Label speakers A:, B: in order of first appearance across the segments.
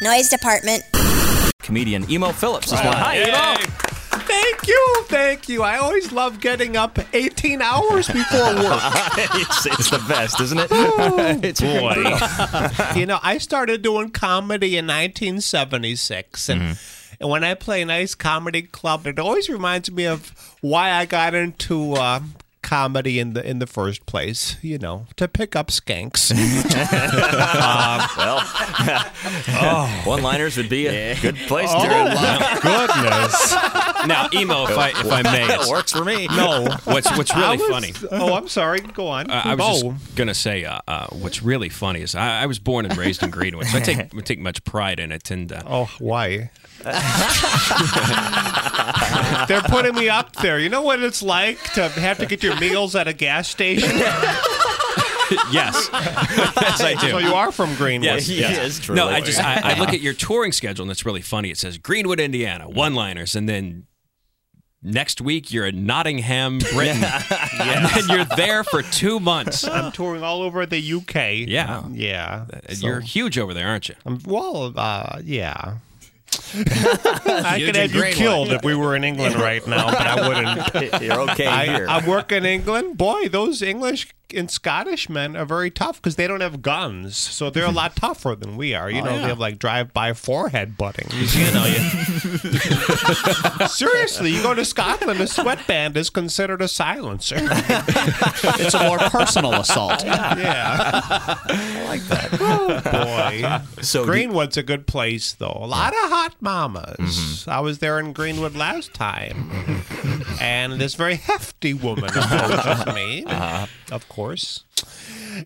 A: Noise department.
B: Comedian Emo Phillips is one. Hi, Emo.
C: Thank you, thank you. I always love getting up 18 hours before work. Oh,
B: it's, it's the best, isn't it? it's boy.
C: you know, I started doing comedy in 1976, and
D: Mm-hmm.
B: Mm-hmm.
C: and when I play an ice comedy club, it always reminds me of why I got into. Uh, comedy in the in the first place you know to pick up skanks
B: Well,
C: Oh.
B: one-liners would be a good place to
D: Goodness.
E: Now, emo, if I if I may,
B: That
E: it's-
B: works for me.
E: no. What's what's really
C: I was-
E: funny?
C: oh i'm sorry go on
E: I I was
C: oh
E: just gonna say, uh, uh, what's really funny is I, I was born and raised in Greenwich. I take I take much pride in it, and uh,
C: oh why they're putting me up there you know what it's like to have to get your meals at a gas station
E: yes, yes, I do.
C: so you are from greenwood
E: Yes, yes.
B: Yes, truly.
E: no, I just I, I look at your touring schedule and it's really funny. It says Greenwood, Indiana, one-liners, and then next week you're in Nottingham, Britain, and then you're there for two months.
C: I'm touring all over the UK.
E: Yeah, Uh,
C: Yeah. so-
E: you're huge over there, aren't you?
C: I'm, well, uh, yeah. I
D: Huge
C: could have
D: and
C: you
D: great
C: killed if we were in England right now, but I wouldn't.
B: You're okay
C: I,
B: here.
C: I work in England. Boy, those English and Scottish men are very tough because they don't have guns. So they're a lot tougher than we are. You know, they have like drive by forehead butting. Oh, You know, you- Seriously, you go to Scotland, a sweatband is considered a silencer.
D: It's a more personal assault.
C: Yeah. I like that. Oh, boy.
B: So do-
C: Greenwood's a good place, though. A lot of hot mamas. I was there in Greenwood last time, and this very hefty woman approaches me, of course.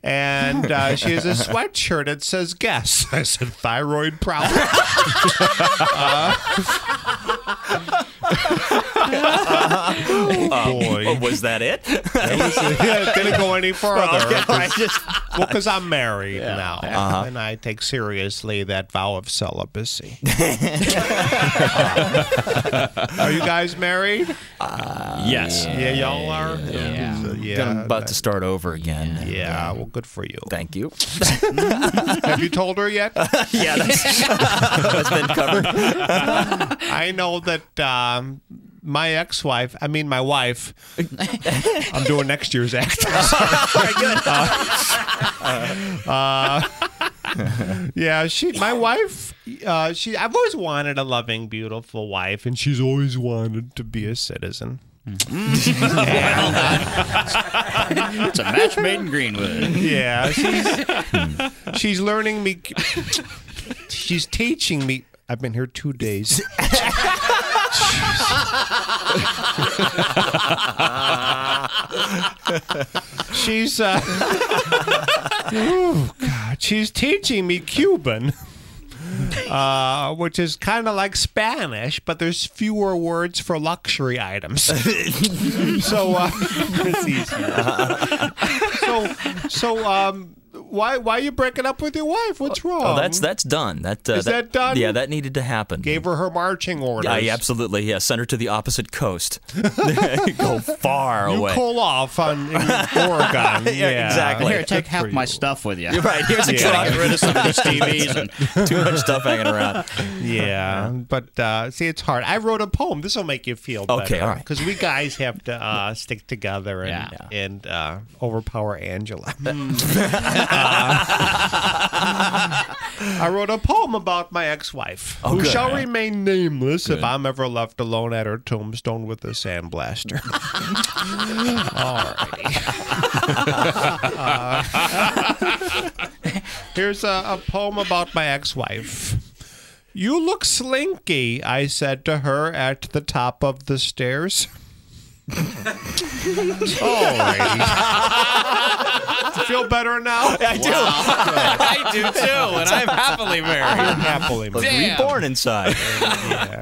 C: And uh, she has a sweatshirt that says "guess." I said thyroid problem.
B: Oh,
C: Uh, boy,
B: was that it?
C: it was, yeah, it didn't go any further.
B: Okay, I just- Uh-huh.
C: Well, because I'm married now, and I take seriously that vow of celibacy. are you guys married?
E: Yes.
C: Yeah, y'all are.
D: Yeah.
C: yeah.
B: I'm about to start over again.
C: Yeah, well, good for you.
B: Thank you.
C: Have you told her yet?
B: yeah, that's, that's been covered.
C: I know that um, my ex-wife, I mean my wife, I'm doing next year's act. Uh, yeah, she, my wife, uh, she, I've always wanted a loving, beautiful wife, and she's always wanted to be a citizen.
D: Mm-hmm. It's a match made in Greenwood.
C: Yeah, she's she's learning me. She's teaching me. I've been here two days. she's uh, ooh, God, she's teaching me Cuban. Uh, which is kind of like Spanish, but there's fewer words for luxury items. so uh, it's easier so so um why why are you breaking up with your wife? What's wrong?
B: Oh, that's that's done. That, uh,
C: Is that done?
B: Yeah, that needed to happen.
C: Gave her her marching orders.
B: yeah, yeah, absolutely. Yeah, send her to the opposite coast. Go far
C: You
B: away.
C: call off on in Oregon. yeah,
B: exactly.
D: Here, take half my stuff with you.
B: You're right. Here's a
D: Try to
B: truck.
D: get rid of some of these TVs and
B: Too much stuff hanging around.
C: Yeah, but uh, see, it's hard. I wrote a poem. This will make you feel better.
B: Okay, all right.
C: Because we guys have to uh, stick together and
D: Yeah.
C: and uh, overpower Angela. Uh, I wrote a poem about my ex-wife, who
B: good.
C: shall remain nameless if I'm ever left alone at her tombstone with a sandblaster. Here's a, a poem about my ex wife. You look slinky, I said to her at the top of the stairs. oh, lady. Feel better now?
B: I do.
E: I do too, and I'm happily married.
C: Happily.
E: Damn.
B: Reborn inside.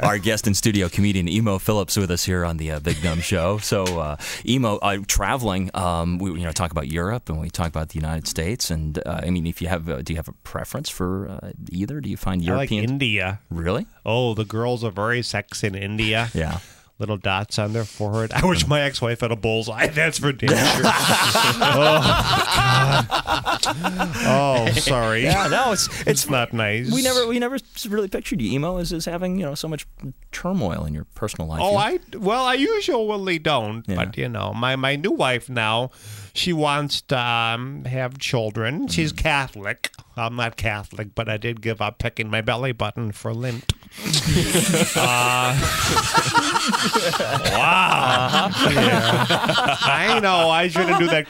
B: Our guest in studio, comedian Emo Phillips, with us here on the uh, Big Dumb Show. So, uh, Emo, uh, traveling, um, we you know talk about Europe and we talk about the United States. And uh, I mean, if you have, uh, do you have a preference for uh, either? Do you find
C: I like
B: European
C: India.
B: really?
C: Oh, the girls are very sexy in India.
B: Yeah.
C: little dots on their forehead. I wish my ex-wife had a bullseye. That's for damn sure. oh, God. oh, sorry.
B: Yeah, no, it's
C: It's not nice.
B: we never we never s- really pictured you emo as, as having you know so much turmoil in your personal life.
C: Oh,
B: You-
C: I well, I usually don't,
B: Yeah.
C: but you know, my my new wife now, she wants to um, have children. She's
B: Mm.
C: Catholic. I'm not Catholic, but I did give up picking my belly button for lint. uh, wow. Yeah.
B: Uh-huh.
C: I know I shouldn't do that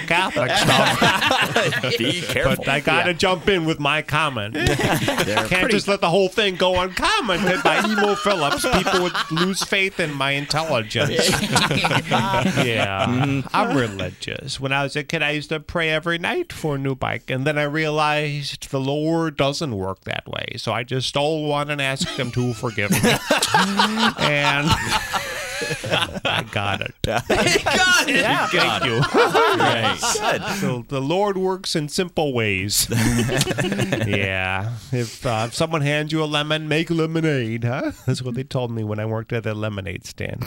C: Catholic stuff,
B: be careful.
C: but I got to jump in with my comment. Can't just let the whole thing go uncommented by Emo Phillips. People would lose faith in my intelligence. yeah.
B: Mm-hmm.
C: I'm religious. When I was a kid, I used to pray every night for a new bike, and then I realized the Lord doesn't work that way. So I just stole one and asked Him to forgive me. and. I got it.
B: got it.
C: Thank you. So the Lord works in simple ways. yeah. If, uh, if someone hands you a lemon, make lemonade, huh? That's what they told me when I worked at the lemonade stand.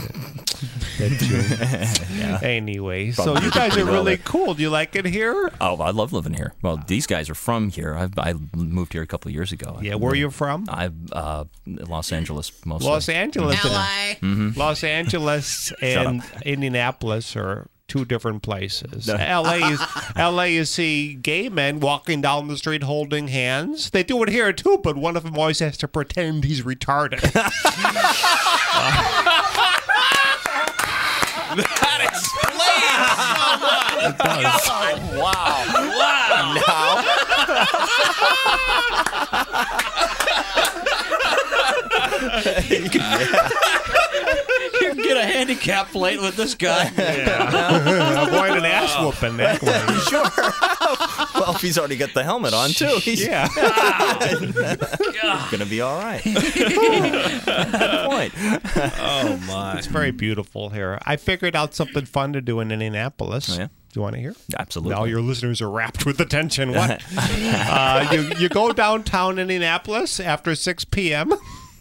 C: That's true. Anyway, so
B: Probably
C: you guys
B: pretty
C: are
B: well
C: really
B: there.
C: cool. Do you like it here?
B: Oh, I love living here. Well, these guys are from here. I, I moved here a couple of years ago.
C: Yeah, where are you from?
B: I uh, Los Angeles mostly.
C: Los Angeles. and-
A: Ally.
C: Los Angeles and Indianapolis are two different places. LA is LA you see gay men walking down the street holding hands. They do it here too, but one of them always has to pretend he's retarded.
D: You get a handicap plate with this guy.
C: Avoid an ass whooping that way.
B: Sure. well, if he's already got the helmet on too, he's
C: Yeah.
B: gonna be all right. Good point.
E: Oh my!
C: It's very beautiful here. I figured out something fun to do in Indianapolis.
B: yeah?
C: Do you want to hear?
B: Absolutely.
C: Now your listeners are wrapped with attention. What? uh, you you go downtown Indianapolis after 6 p.m.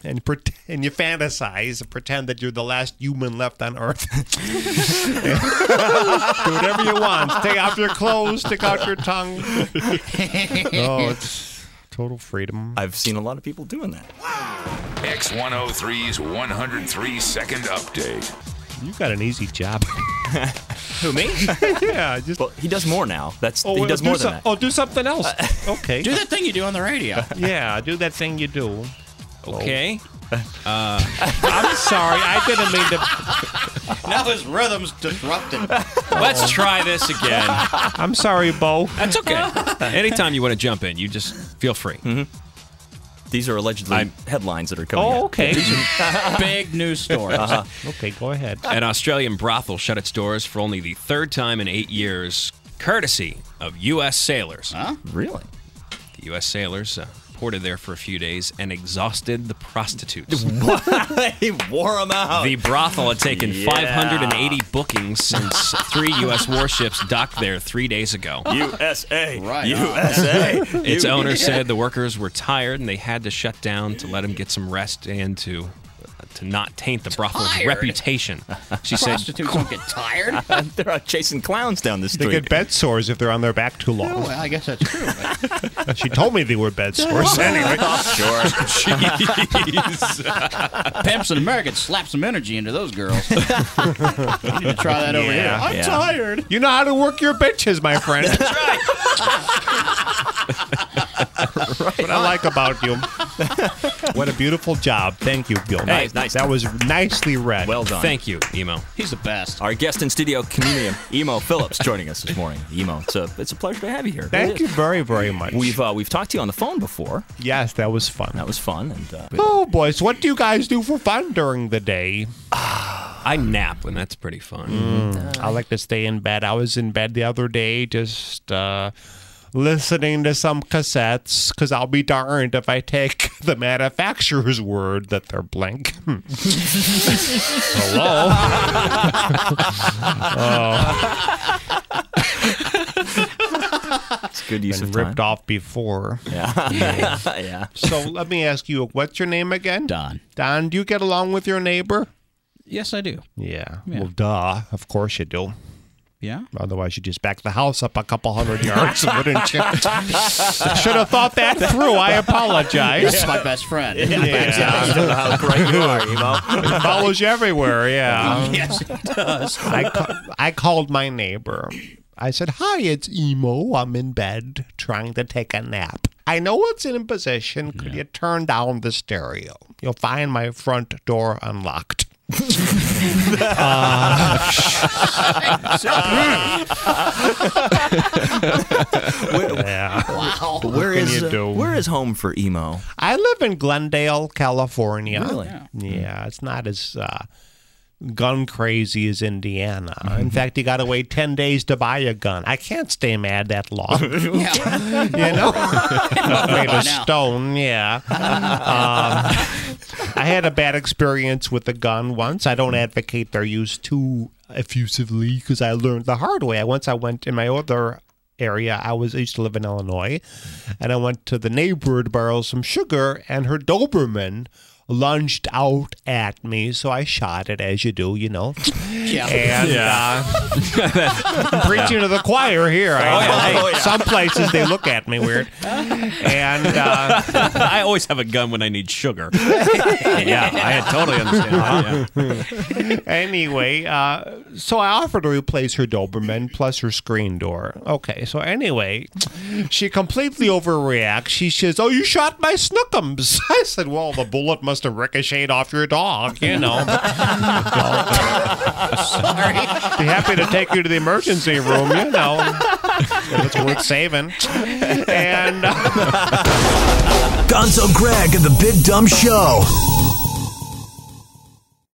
C: And, pret and you fantasize and pretend that you're the last human left on Earth. Do whatever you want. Take off your clothes. Stick out your tongue. oh, it's total freedom.
B: I've seen a lot of people doing that.
F: X103's 103 second update.
C: You got an easy job.
B: Who me?
C: yeah, just
B: well, he does more now. That's
C: oh,
B: he
C: well,
B: does
C: do
B: more
C: some-
B: than that. Uh,
C: Oh, do something else. okay.
D: Do that thing you do on the radio.
C: yeah, do that thing you do.
E: Okay,
C: I'm sorry, I didn't mean to.
D: now his rhythm's disrupted.
E: let's try this again.
C: I'm sorry, Bo.
E: That's okay. Mm-hmm. Anytime you want to jump in, you just feel free.
B: These are allegedly headlines that are coming.
C: Oh,
B: out.
C: okay.
D: Big news story.
C: Okay, go ahead.
E: An Australian brothel shut its doors for only the third time in eight years, courtesy of U.S. sailors.
B: Really?
E: The U.S. sailors uh, ported there for a few days and exhausted the prostitutes.
B: he wore them out.
E: The brothel had taken 580 bookings since three U.S. warships docked there three days ago.
B: USA.
D: Right.
B: USA.
E: Its owner said the workers were tired and they had to shut down to let them get some rest and to uh, to not taint the brothel's
A: Tired?
E: reputation. She said,
D: Prostitutes don't get tired.
B: They're out chasing clowns down the
C: They
B: street.
C: get bed sores if they're on their back too
D: Oh,
C: long.
D: well, I guess that's true. but-
C: She told me they were bed sores anyway.
D: Pimps in America slap some energy into those girls. you need to try that over here.
C: Yeah.
D: I'm
B: Yeah.
D: tired.
C: You know how to work your bitches, my friend. That's right. What I like about you. What a beautiful job. Thank you, Gil.
B: Nice, nice.
C: That was nicely read.
B: well done.
E: "Thank you, emo."
D: He's the best.
B: Our guest in studio, comedian Emo Phillips, joining us this morning. Emo, it's a, it's a pleasure to have you here. It
C: Thank
B: is.
C: you very, very much.
B: We've uh, we've talked to you on the phone before.
C: yes, that was fun.
B: That was fun. And uh,
C: oh, boys, what do you guys do for fun during the day?
E: I nap, and that's pretty fun.
C: I like to stay in bed. I was in bed the other day just uh, listening to some cassettes because I'll be darned if I take the manufacturer's word that they're blank. Hello?
B: it's good use
C: Been
B: of
C: ripped
B: time.
C: off before.
B: yeah.
C: So let me ask you, what's your name again?
D: Don.
C: Don, do you get along with your neighbor?
D: Yes, I do.
C: Yeah. Well, duh. Of course you do.
D: Yeah.
C: Otherwise, you just back the house up a couple hundred yards, wouldn't you? Should have thought that through. I apologize.
D: That's my best friend.
C: Yeah.
B: I don't know how great you are, Emo.
C: It follows you everywhere. Yeah.
D: Yes, it does.
C: I, ca- I called my neighbor. I said, Hi, it's Emo. I'm in bed trying to take a nap. I know it's an imposition. Could you turn down the stereo? You'll find my front door unlocked. yeah.
B: But Where
C: can
B: is uh,
C: you do?
B: where is home for Emo?
C: I live in Glendale, California.
B: Really?
C: Yeah, it's not as uh, gun crazy as Indiana.
B: Mm-hmm.
C: In fact, you got to wait 10 days to buy a gun. I can't stay mad that long. you
D: Yeah.
C: know? Made
D: By
C: of
D: now.
C: stone, yeah. Um, I had a bad experience with a gun once. I don't advocate their use too effusively because I learned the hard way. I Once I went in my other area, I was I used to live in Illinois, and I went to the neighbor to borrow some sugar, and her Doberman lunged out at me, so I shot it as you do, you know.
D: Yeah.
C: And uh, preaching to the choir here. I know.
E: Oh, yeah.
C: Hey, Some places they look at me weird. And uh,
E: I always have a gun when I need sugar. yeah, I totally understand. that, yeah.
C: anyway, uh, so I offered to replace her Doberman plus her screen door. Okay, so anyway, she completely overreacts. She says, "Oh, you shot my snookums." I said, "Well, the bullet must have ricocheted off your dog, you know." Sorry, be happy to take you to the emergency room, you know. If it's worth saving, and. uh,
A: Gonzo Greg and the Big Dumb Show.